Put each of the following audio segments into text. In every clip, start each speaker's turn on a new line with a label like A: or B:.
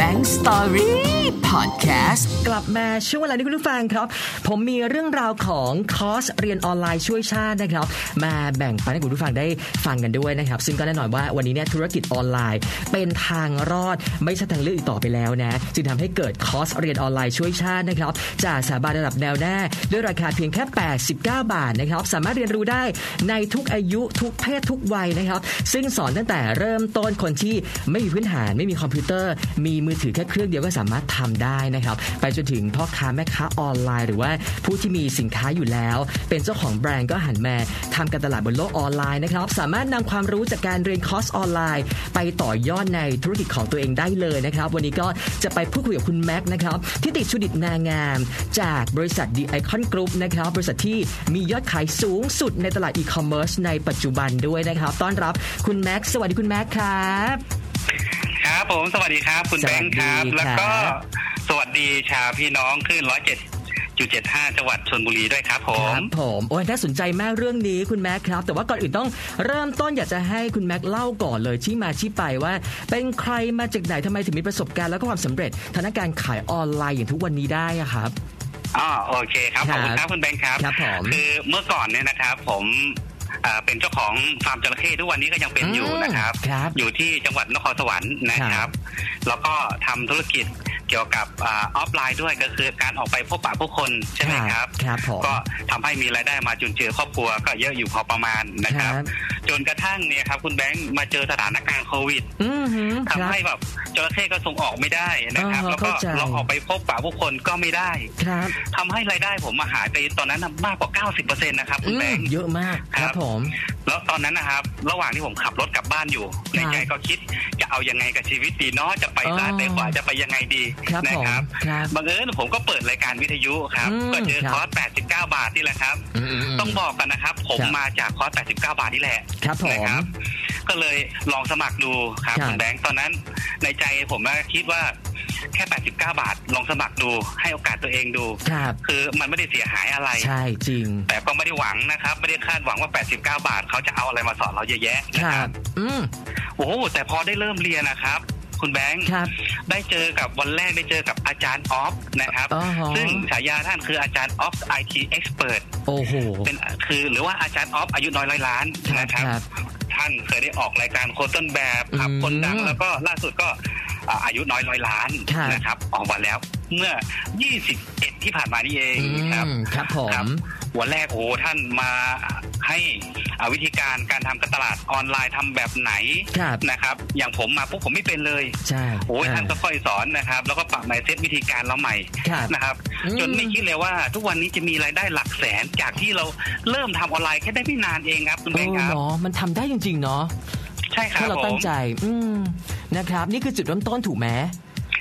A: Bank Story Podcast
B: กลับมาช่วงเวลานี้คุณผู้ฟังครับ ผมมีเรื่องราวของคอร์สเรียนออนไลน์ช่วยชาตินะครับ มาแบ่งปันให้คุณผู้ฟังได้ฟังกันด้วยนะครับ ซึ่งก็แน่นอนว่าวันนี้เนี่ยธุรกิจออนไลน์ เป็นทางรอดไม่ใช่ทางเลือกอีกต่อไปแล้วนะ จึงทำให้เกิดคอร์สเรียนออนไลน์ช่วยชาตินะครับ จากสถาบันระดับแนวหน้า ด้วยราคาเพียงแค่ 89 บาทนะครับ สามารถเรียนรู้ได้ในทุกอายุทุกเพศทุกวัยนะครับ ซึ่งสอนตั้งแต่เริ่มต้นคนที่ไม่มีพื้นฐานไม่มีคอมพิวเตอร์ มีมือถือแค่เครื่องเดียวก็สามารถทำได้นะครับ ไปจนถึงพ่อค้าแม่ค้าออนไลน์ หรือว่าผู้ที่มีสินค้าอยู่แล้ว เป็นเจ้าของแบรนด์ก็หันมาทำการตลาดบนโลกออนไลน์นะครับ สามารถนำความรู้จากการเรียนคอร์สออนไลน์ ไปต่อยอดในธุรกิจของตัวเองได้เลยนะครับ วันนี้ก็จะไปพูดคุยกับคุณแม็กซ์นะครับทิติชุดิตนางาม จากบริษัท The Icon Group นะครับ บริษัทที่มียอดขายสูงสุดในตลาดอีคอมเมิร์ซในปัจจุบันด้วยนะครับ ต้อนรับคุณแม็กซ์สวัสดีคุณแม็กซ์ครับ
C: ครับผมสวัสดีครับ คุณ
B: ส
C: แบ
B: วัส
C: ง
B: ดี
C: ค์ครับ
B: ครับ
C: แล้วก็สวัสดีชาวพี่น้องขึ้นร้อยเจ็ดจุดเจ็ดห้าจังหวัดชนบุรีด้วยครับผ
B: ค
C: ม
B: รับผมโอ้ยน่าสนใจมากเรื่องนี้คุณแม็กครับ แต่ว่าก่อนอื่นต้องเริ่มต้นอยากจะให้คุณแม็กเล่าก่อนเลยที่มาที่ไปว่า เป็นใครมาจากไหนทำไมถึงมีประสบการณ์แล้วก็ความสำเร็จทางด้านการขายออนไลน์อย่างทุกวันนี้ได้อะครับ
C: อ๋อโอเคครับขอบคุณ
B: ค
C: ค
B: รั
C: รั
B: บบ
C: คุณแบงค์ครับ
B: ครับผม
C: คือเมื่อก่อนเนี่ยนะครับ ผมเอ่อเป็นเจ้าของฟาร์มจระเข้ทุกวันนี้ก็ยังเป็นอยู่
B: อืม
C: นะครับ
B: ครับ
C: อยู่ที่จังหวัดนครสวรรค์นะค
B: ครั
C: รับ บ แล้วก็ทำธุรกิจเกี่ยวกับอาออฟไลน์ด้วยก็คือการออกไปพบปะผู้คนใช่ไหมครับ
B: ครับผม
C: ก็ทำให้มีรายได้มาจุนเจือครอบครัวก็เยอะอยู่พอประมาณนะครับ จนกระทั่งเนี่ยครับคุณแบงค์มาเจอสถานการณ์โควิด
B: อือหือค
C: ทำ
B: รับ
C: ให้แบบจระเข้ก็ส่งออกไม่ได้นะครับ
B: อ่าฮะ
C: แล้วก็
B: เข้าใจ
C: ลองออกไปพบปะผู้คนก็ไม่ได้
B: ครับ
C: ทำให้รายได้ผมมาหายไปตอนนั้นน่ะมากกว่า 90%นะครับคุ
B: อื
C: ณแบ
B: ม
C: งค์
B: เยอะมากค
C: ครั
B: รับบ ผม
C: แล้วตอนนั้นนะครับ ระหว่างที่ผมขับรถกลับบ้านอยู่ ในใจก็คิดจะเอายังไงกับชีวิตดีเนาะจะไปซ้าย
B: อ๋อ
C: ไปขวาจะไปยังไงดี
B: ครับ
C: นะ
B: ผม
C: ครับ
B: ครับ
C: บังเอิญผมก็เปิดรายการวิทยุครับ
B: อืม
C: ก็เจอ
B: ครับ
C: คอร์ส89 บาทนี่แหละครับ
B: มม
C: ต้องบอกกันนะครับ ผม
B: ครับ
C: มาจากคอร์ส89 บาทนี่แหละ
B: ครับผม
C: นะครับ ก็เลยลองสมัครดูครับ
B: ครับ
C: คุณแบงค์ตอนนั้นในใจผมก็คิดว่าแค่ 89 บาท ลองสมัครดูให้โอกาสตัวเองดู
B: ครับ
C: คือมันไม่ได้เสียหายอะไร
B: ใช่จริง
C: แต่ก็ไม่ได้หวังนะครับ ไม่ได้คาดหวังว่า 89 บาท เขาจะเอาอะไรมาสอนเราเยอะแยะ
B: ค
C: นะ
B: รั
C: ครับ บ
B: อืม
C: โอ้โหแต่พอได้เริ่มเรียนนะครับ คุณแบงค์
B: ครับ
C: ได้เจอกับวันแรกได้เจอกับอาจารย์ออฟนะครับ
B: อ๋อฮะ
C: ซึ่งฉายาท่านคืออาจารย์ออฟไอทีเอ็กซ์เพรส
B: โอ้โห
C: เป็นคือหรือว่าอาจารย์ออฟอายุน้อยร้อยล้าน
B: ครับ
C: นะค
B: ครับ รับ
C: ท่านเคยได้ออกรายการโคนต้นแบบครับ
B: อืม
C: คนดังแล้วก็ล่าสุดก็อ่าอายุน้อยร้อยล้าน
B: ครับ
C: นะครับ ออกมาแล้วเมื่อ 21 ที่ผ่านมานี่เอง
B: อื
C: ครับ
B: มครับผ
C: ครั
B: ม
C: บ วันแรกโอ้โหท่านมาให้อ่าวิธีการการทำการตลาดออนไลน์ทำแบบไหน
B: ครับ
C: นะครับ อย่างผมมาปุ๊บผมไม่เป็นเลย
B: ใช่
C: โอ้ย
B: า
C: ท่านก็ค่อยสอนนะครับ แล้วก็ปรับไมเซ็ตวิธีการเราใหม่
B: ครับ
C: นะครับ
B: อื
C: จนไม่คิดเลยว่าทุกวันนี้จะมีรายได้หลักแสนจากที่เราเริ่มทำออนไลน์แค่ได้ไม่นานเองครับคุณ
B: เอ
C: แม่
B: อ
C: ครับ
B: เนาะมันทำได้จริง ๆ เนาะ
C: ใช่ครั
B: ถ้า
C: บ
B: เรา
C: ผ
B: ตั้ง
C: ม
B: ใจ อืมนะครับ นี่คือจุดเริ่มต้นถูกไหม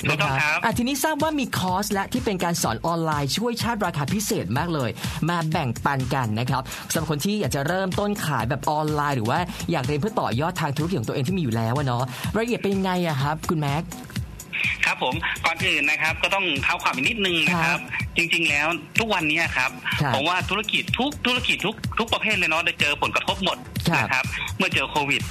C: ถูกต้องครับ
B: อ่ะทีนี้ทราบว่ามีคอร์สและที่เป็นการสอนออนไลน์ช่วยชาติราคาพิเศษมากเลย มาแบ่งปันกันนะครับสำหรับคนที่อยากจะเริ่มต้นขายแบบออนไลน์หรือว่าอยากเรียนเพื่อต่อยอดทางธุรกิจของตัวเองที่มีอยู่แล้วอะเนาะรายละเอียดเป็นยังไงอะครับ คุณแม็ก
C: ครับผมก่อนอื่นนะครับก็ต้องเท้าความอีกนิดนึงนะค
B: ครั
C: รั
B: บบ
C: จริงๆแล้วทุกวันนี้ครับ
B: ครับ
C: ผมว่าธุรกิจทุกธุรกิจทุกทุกประเภทเลยเนาะได้เจอผลกระทบหมด
B: ครับ
C: นะครับ เมื่อเจอโควิด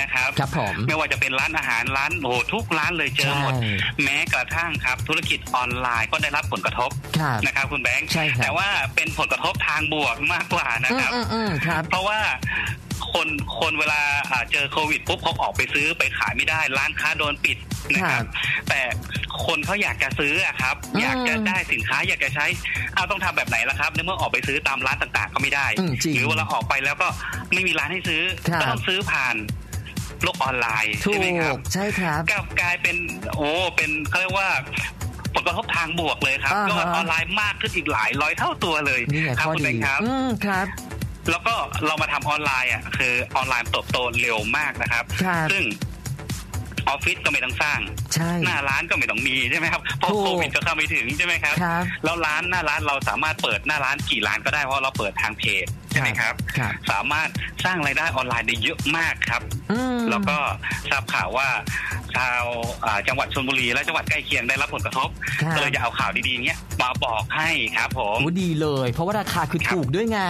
C: นะครับ
B: ครับผม
C: ไม่ว่าจะเป็นร้านอาหารร้านโอ้โหทุกร้านเลยเจอหมด
B: ใช่
C: แม้กระทั่งครับ ธุรกิจออนไลน์ก็ได้รับผลกระทบ
B: ครับ
C: นะครับ คุณแบงค์
B: ใช่ครับ
C: แต่ว่าเป็นผลกระทบทางบวกมากกว่านะ
B: อื
C: ค
B: ม
C: รับ
B: อืมอืมครับ
C: เพราะว่าคนคนเวลาอ่าเจอโควิดปุ๊บเขาออกไปซื้อไปขายไม่ได้ ร้านค้าโดนปิดนะค
B: ครั
C: รั
B: บบ
C: แต่คนเขาอยากจะซื้ออะครับ
B: อืม
C: อยากจะได้สินค้าอยากจะใช้เอาต้องทำแบบไหนล่ะครับในเมื่อออกไปซื้อตามร้านต่างๆ ก็ไม่ได้
B: อืมจริง
C: หรือเวลาออกไปแล้วก็ไม่มีร้านให้ซื้อ
B: ครับ
C: ก็ต้องซื้อผ่านโลกออนไลน์
B: ถู
C: ใช่ไหมครับ
B: กใช่ครับ
C: กลับกลายเป็นโอ้เป็นเขาเรียกว่าผลกระทบทางบวกเลยครับ
B: อ่าฮะ
C: ยอดออนไลน์มากขึ้นอีกหลายร้อยเท่าตัวเลย
B: นี่ไง
C: ครั
B: ข้อ
C: คุณ
B: ดี
C: แบงค์ครับ
B: อืมครับ
C: แล้วก็เรามาทำออนไลน์อ่ะคือออนไลน์เติบโตเร็วมากนะครับ
B: ครับ
C: ซึ่งออฟฟิศก็ไม่ต้องสร้าง
B: ใช่
C: หน้าร้านก็ไม่ต้องมีใช่ไหมครับเพ
B: ถู
C: ราะ
B: ก
C: โควิดก็เข้าไม่ถึงใช่ไหมครับ
B: ครับ
C: แล้วร้านหน้าร้านเราสามารถเปิดหน้าร้านกี่ร้านก็ได้เพราะเราเปิดทางเพจใช่ไหมครับ
B: ครับ
C: สามารถสร้างรายได้ออนไลน์ได้เยอะมากครับ
B: อืม
C: แล้วก็ทราบข่าวว่าชาวอ่าจังหวัดชลบุรีและจังหวัดใกล้เคียงได้รับผลกระทบ
B: ครับ
C: ก็เลยจะเอาข่าวดีๆเนี้ยมาบอกให้ครับผม
B: โอ้ดีเลย เพราะว่าราคาคือ
C: ครับ
B: ถูกด้วยไง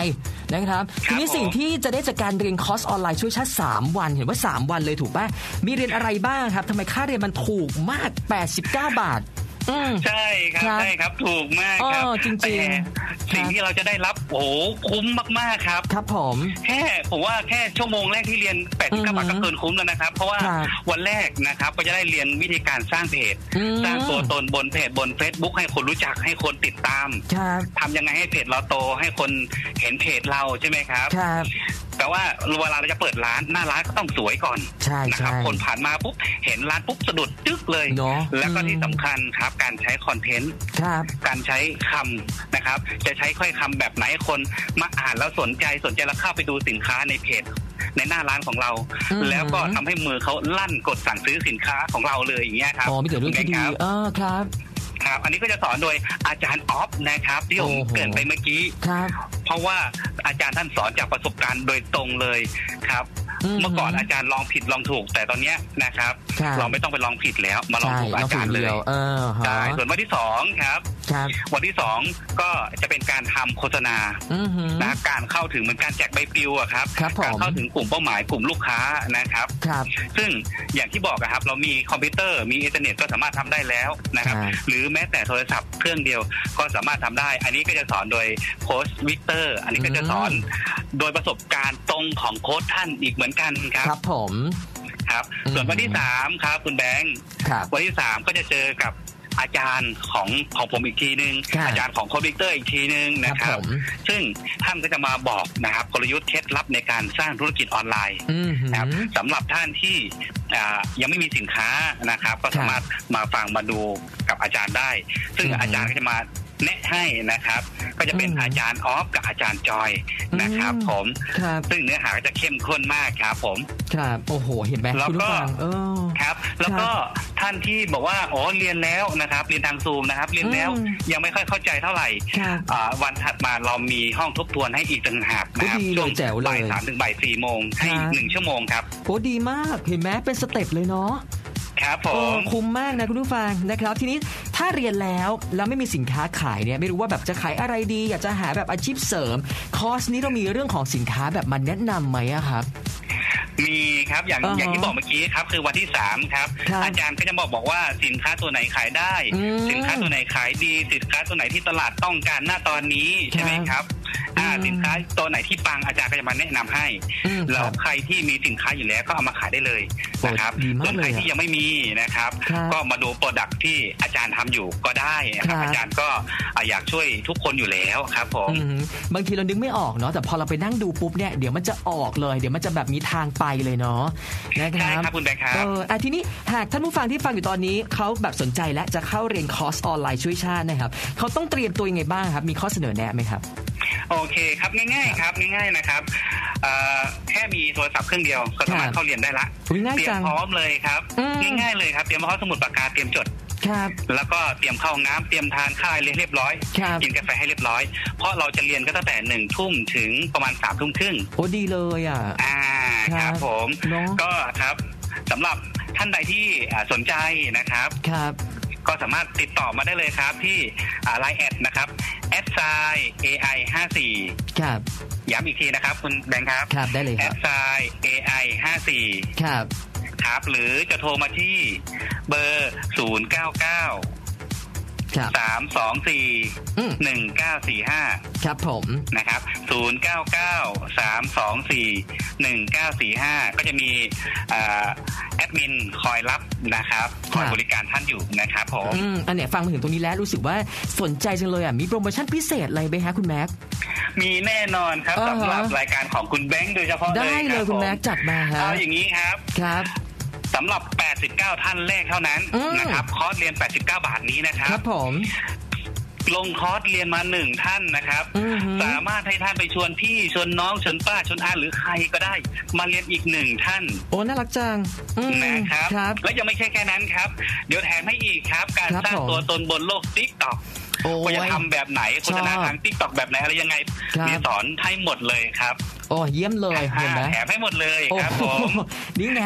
B: นะครับ
C: ครับ
B: ทีนี้
C: ผม
B: สิ่งที่จะได้จากการเรียนคอร์สออนไลน์ช่วยชาติ 3 วันเห็นว่า 3 วันเลยถูกป่ะ มีเรียนอะไรบ้างครับทำไมค่าเรียนมันถูกมาก 89 บาท อืม
C: ใช่ครับ
B: ครับ
C: ใช่ครับถูกมากครับ
B: เออจริงๆ
C: แต่สิ่
B: ค
C: ง
B: รับ
C: ที่เราจะได้รับโอ้โหคุ้มมากๆครับ
B: ครับผม
C: แค่ผมว่าแค่ชั่วโมงแรกที่เรียน8ปด
B: อื
C: สิ
B: อบ ฮึ
C: เก้าบาทก็เกินคุ้มแล้วนะครับ เพราะว่า
B: ครับ
C: วันแรกนะครับก็จะได้เรียนวิธีการสร้างเพจ
B: อืม
C: สร้างตัวตนบนเพจบน Facebook ให้คนรู้จักให้คนติดตาม
B: ครับ
C: ทำยังไงให้เพจเราโตให้คนเห็นเพจเราใช่ไหมครับ
B: ครับ
C: แต่ว่าเวลาเราจะเปิดร้านหน้าร้านก็ต้องสวยก่อน
B: ใช่
C: นะครับ
B: ใช่
C: คนผ่านมาปุ๊บเห็นร้านปุ๊บสะดุดจึ๊กเลย
B: เนอะ
C: แล้วก็
B: อืม
C: ที่สำคัญครับการใช้คอนเทนต์
B: ครับ
C: การใช้คำนะครับ จะใช้ค่อยคำแบบไหนให้คนมาอ่านแล้วสนใจสนใจแล้วเข้าไปดูสินค้าในเพจ ในหน้าร้านของเรา
B: อืม
C: แล้วก็ทำให้มือเขาลั่นกดสั่งซื้อสินค้าของเราเลยอย่างเงี้ยครับ
B: อ๋อมีแต่เรื่องที่
C: คุณ
B: ดี
C: แบงค์ครับ
B: เออครับ
C: ครับ อันนี้ก็จะสอนโดยอาจารย์ออฟนะครับที่ผม
B: โอ้โห
C: เกรินไปเมื่อกี้
B: ครับ
C: เพราะว่าอาจารย์ท่านสอนจากประสบการณ์โดยตรงเลยครับ
B: อืม
C: เมื่อก่อนอาจารย์ลองผิดลองถูก แต่ตอนเนี้ยนะครับ
B: ครับ
C: เราไม่ต้องไปลองผิดแล้ว มาลอง
B: ใช่
C: ถูก
B: เรา
C: อา
B: ฝึ
C: จากรย์เล
B: เดี
C: ย
B: ยวเออฮะ
C: ใช่ส่วนวันที่สองครับ
B: ครับ
C: วันที่สองก็จะเป็นการทำโฆษณา
B: อือฮึ
C: นะการเข้าถึงเหมือนการแจกใบปลิวอะครับ
B: ครับผม
C: การเข้าถึงกลุ่มเป้าหมายกลุ่มลูกค้านะครับ
B: ครับ
C: ซึ่งอย่างที่บอกอะครับ เรามีคอมพิวเตอร์มีอินเทอร์เน็ตก็สามารถทำได้แล้วนะครับ
B: ครับ
C: หรือแม้แต่โทรศัพท์เครื่องเดียวก็สามารถทำได้ อันนี้ก็จะสอนโดยโค้ชวิกเตอร์อันนี้ก็จะสอนโดยประสบการณ์ตรงของโค้ชท่านอีกเหมือนกันครั
B: ค
C: บ
B: รับผม
C: ครับ ส่วนวันที่
B: อืม
C: สามครับคุณแบงค์
B: ครับ
C: วันที่สามก็จะเจอกับอาจารย์ของของผมอีกทีนึง
B: ค่ะ
C: อาจารย์ของคอมพิวเตอร์อีกทีนึงนะค
B: ผ
C: รับ
B: ม
C: ซึ่งท่านก็จะมาบอกนะครับกลยุทธ์เคล็ดลับในการสร้างธุรกิจออนไลน์
B: อือฮึ
C: นะครับสำหรับท่านที่อ่ายังไม่มีสินค้านะครับ ก็สามารถมาฟังมาดูกับอาจารย์ได้ ซึ่ง
B: อือฮึ
C: อาจารย์ก็จะมาแนะให้นะครับ ก็จะเป็น
B: อือฮึ
C: อาจารย์ออฟกับอาจารย์จอยนะครับ
B: อืม
C: ผม
B: ครับ
C: ซึ่งเนื้อหาก็จะเข้มข้นมากครับผม
B: ครับ โอ้โห เห็นไหม
C: แล้ว
B: คุณผู้
C: ก็
B: ฟังเออ
C: ครับแล้วก็ท่านที่บอกว่าอ๋อเรียนแล้วนะครับ เรียนทางซูมนะครับ เรียนแล้ว
B: อืม
C: ยังไม่ค่อยเข้าใจเท่าไหร่
B: ครับ
C: อ่าวันถัดมาเรามีห้องทบทวนให้อีกต่างหากนะครับ
B: ก็ดีเลย
C: ช่วง
B: แจ๋วเลย
C: บ่ายสามถึงบ่ายสี่โมงให้อี
B: ครั
C: ก
B: บ
C: หนึ่งชั่วโมงครับ
B: โอ้ดีมาก เห็นไหมเป็นสเต็ปเลยเนาะ
C: ครับผ
B: เออ
C: ม
B: คุ้มมากนะคุณผู้ฟังนะครับ ทีนี้ถ้าเรียนแล้วแล้วไม่มีสินค้าขายเนี่ย ไม่รู้ว่าแบบจะขายอะไรดี อยากจะหาแบบอาชีพเสริม คอร์สนี้เรามีเรื่องของสินค้าแบบมันแนะนำไหมอะครับ
C: มีครับอย่าง
B: อ่าฮะ
C: อย่างที่บอกเมื่อกี้ครับคือวันที่สามครับ
B: ครับ
C: อาจารย์ก็จะบอกบอกว่าสินค้าตัวไหนขายได้
B: อืม
C: สินค้าตัวไหนขายดีสินค้าตัวไหนที่ตลาดต้องการหน้าตอนนี้ใช่ไหมครับอ่า
B: อืม
C: สินค้าตัวไหนที่ปังอาจารย์ก็จะมาแนะนำให้
B: อืมค
C: แล้ว
B: รับ
C: ใครที่มีสินค้าอยู่แล้วก็เอามาขายได้เลยนะครับ
B: โอ้ดีมาก
C: ส่วนใครที่ยังไม่มีนะครับ
B: ครับ
C: ก็มาดูโปรดักที่อาจารย์ทำอยู่ก็ได้นะครับ
B: ครับ
C: อาจารย์ก็อยากช่วยทุกคนอยู่แล้วครับผม
B: อืมบางทีเรานึกไม่ออกเนาะแต่พอเราไปนั่งดูปุ๊บเนี่ยเดี๋ยวมันจะออกเลย เดี๋ยวมันจะแบบมีทางไปเลยเนาะนะค
C: ใช่
B: รับ
C: ครับคุณแบงค์ครับ
B: เอออ่ะทีนี้หากท่านผู้ฟังที่ฟังอยู่ตอนนี้เขาแบบสนใจและจะเข้าเรียนคอร์สออนไลน์ช่วยชาตินะครับเขาต้องเตรียมตัวยังไงบ้างครับ มีข้อเสนอแนะไหมครับ
C: โอเคครับง่ายๆครับง่ายๆนะครับเอ่อแค่มีโทรศัพท์เครื่องเดียวก็สามาร
B: ครับ
C: ถเข้าเรียนได้ละ
B: อุ๊ยง่าย
C: เตรีย
B: จั
C: ม
B: ง
C: พร้อมเลยครับ
B: อืม
C: ง่ายๆเลยครับเตรียมพร้อมสมุดปากกาเตรียมจด
B: ครับ
C: แล้วก็เตรียมเข้าห้องน้ำเตรียมทานข้าวให้เรียบร้อย
B: ครับ
C: กินกาแฟให้เรียบร้อย เพราะเราจะเรียนก็ตั้งแต่หนึ่งทุ่มถึงประมาณสามทุ่มครึ่ง
B: โอ้ดีเลยอ่ะ
C: อ่า
B: ค
C: ค
B: รั
C: รั
B: บบ
C: ผม
B: เนอะ
C: ก็ครับสำหรับท่านใดที่อ่าสนใจนะครับ
B: ครับ
C: ก็สามารถติดต่อมาได้เลยครับที่ไลน์แอดนะครับแอดไซ AI 54
B: ครับ
C: ย้ำอีกทีนะครับ คุณแบงค์ครับ
B: ครับได้เลย
C: แอ
B: ครับ
C: ดไซ AI 54
B: ครับ
C: ครับหรือจะโทรมาที่เบอร์ 0 9 9 3 2
B: ครับ
C: 4
B: อืม
C: 1 9 4 5
B: ครับผม
C: นะครับ 0 9 9 3 2 4 1 9 4 5 ก็จะมีเอ่อแอดมินคอยรับนะครับคอย
B: ครับ
C: บริการท่านอยู่นะครับผม
B: อืมอันเนี้ยฟังมาถึงตรงนี้แล้วรู้สึกว่าสนใจจังเลยอ่ะมีโปรโมชั่นพิเศษอะไรไหมฮะคุณแม็ก
C: มีแน่นอนครับ
B: อ่าฮะ
C: สำหรับรายการของคุณแบงค์โดยเฉพาะ
B: ได้
C: เล
B: เลยย
C: ค
B: คุ
C: รับ
B: ณ
C: ผม
B: แม็กจัดมาฮะ
C: เอาอย่างนี้ครับ
B: ครับ
C: สำหรับ 89 ท่านแรกเท่านั้น
B: อืม
C: นะครับ คอร์สเรียน 89 บาทนี้นะครั
B: ครับ บผม
C: ลงคอร์สเรียนมาหนึ่งท่านนะครับ
B: อือหือ
C: สามารถให้ท่านไปชวนพี่ชวนน้องชวนป้าชวนอาหรือใครก็ได้ มาเรียนอีกหนึ่งท่าน
B: โอ้น่ารักจังอืม
C: นะครับ
B: ครับ
C: และยังไม่ใช่แค่นั้นครับ เดี๋ยวแถมให้อีกครับ การ
B: ครับ
C: สร้าง
B: ผม
C: ตัวตนบนโลก t ิ k กต็อก
B: โอ้ย
C: ควรจะทำแบบไหนโฆษณา
B: ชอบ
C: ทางติ๊กต็อกแบบไหนอะไรยังไง
B: ครับ
C: มีสอนให้หมดเลยครับ
B: โอ้เยี่ยมเลยเห็นไหม
C: แถมให้หมดเลยครับผม
B: โอ้โหนี่ไง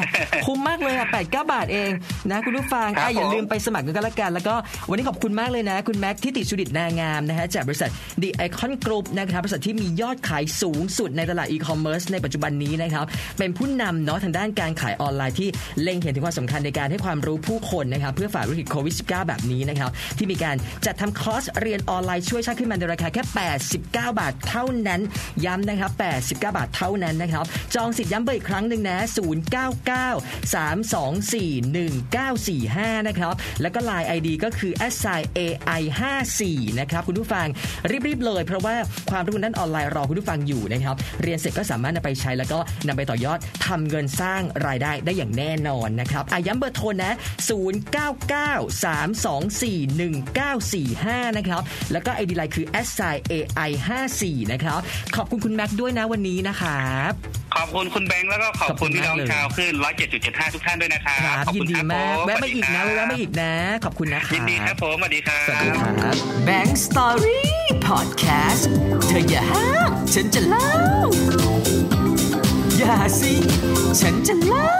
B: คุ้มมากเลยอ่ะแปดเก้าบาทเองนะคุณผู้ฟัง
C: ครับ
B: อ่ะอย่า
C: ผม
B: ลืมไปสมัครกันก็แล้วกัน แล้วก็วันนี้ขอบคุณมากเลยนะ คุณแม็กที่ติชุดิตนางามนะฮะจากบริษัท The Icon Group นะครับบริษัทที่มียอดขายสูงสุดในตลาดอีคอมเมิร์ซในปัจจุบันนี้นะครับ เป็นผู้นำเนาะทางด้านการขายออนไลน์ที่เล็งเห็นถึงความสำคัญในการให้ความรู้ผู้คนนะครับเพื่อฝ่าวิกฤตโควิด -19 แบบนี้นะครับที่มีการจัดทำคอร์สเรียนออนไลน์ช่วยชาติขึ้นมาในราคาแค่ 89 บาทเท่านั้นย้ำนะครับ 89 บาทเท่านั้นนะครับ จองสิทธิ์ย้ำเบอร์อีกครั้งหนึ่งนะ 099 324 1945 นะครับ แล้วก็ Line ID ก็คือ s i a i 5 4นะครับ คุณผู้ฟังรีบ ๆ เลย เพราะว่าความรู้ด้านออนไลน์รอคุณผู้ฟังอยู่นะครับ เรียนเสร็จก็สามารถนำไปใช้แล้วก็นำไปต่อยอดทำเงินสร้างรายได้ได้อย่างแน่นอนนะครับอ่ะย้ำเบอร์โทรนะ 099 324 1945 นะครับ แล้วก็ ID Line คือ s i a i 5 4นะครับ ขอบคุณคุณแม็กซ์ด้วยนะวันนี้นะครับ
C: ขอบคุณคุณแบงค์แล้วก็ขอบคุณพี่น้องชาวขึ้น107.75 ทุกท่านด้วยนะครับ
B: ครับ
C: ขอบ
B: ยิ
C: คุ
B: น
C: ณ
B: ดี
C: ครับ
B: มาก
C: ผ
B: แวะมาอีกนะ
C: สวัสดี
B: แวะมา
C: ครับ
B: อีกนะ ขอบคุณนะคะ
C: ยินดีครับผมสวัสดีครับ
B: สวัสดีครับ
A: Bang Story Podcast เธออย่าห้ามฉันจะเล่า อย่าสิ ฉันจะเล่า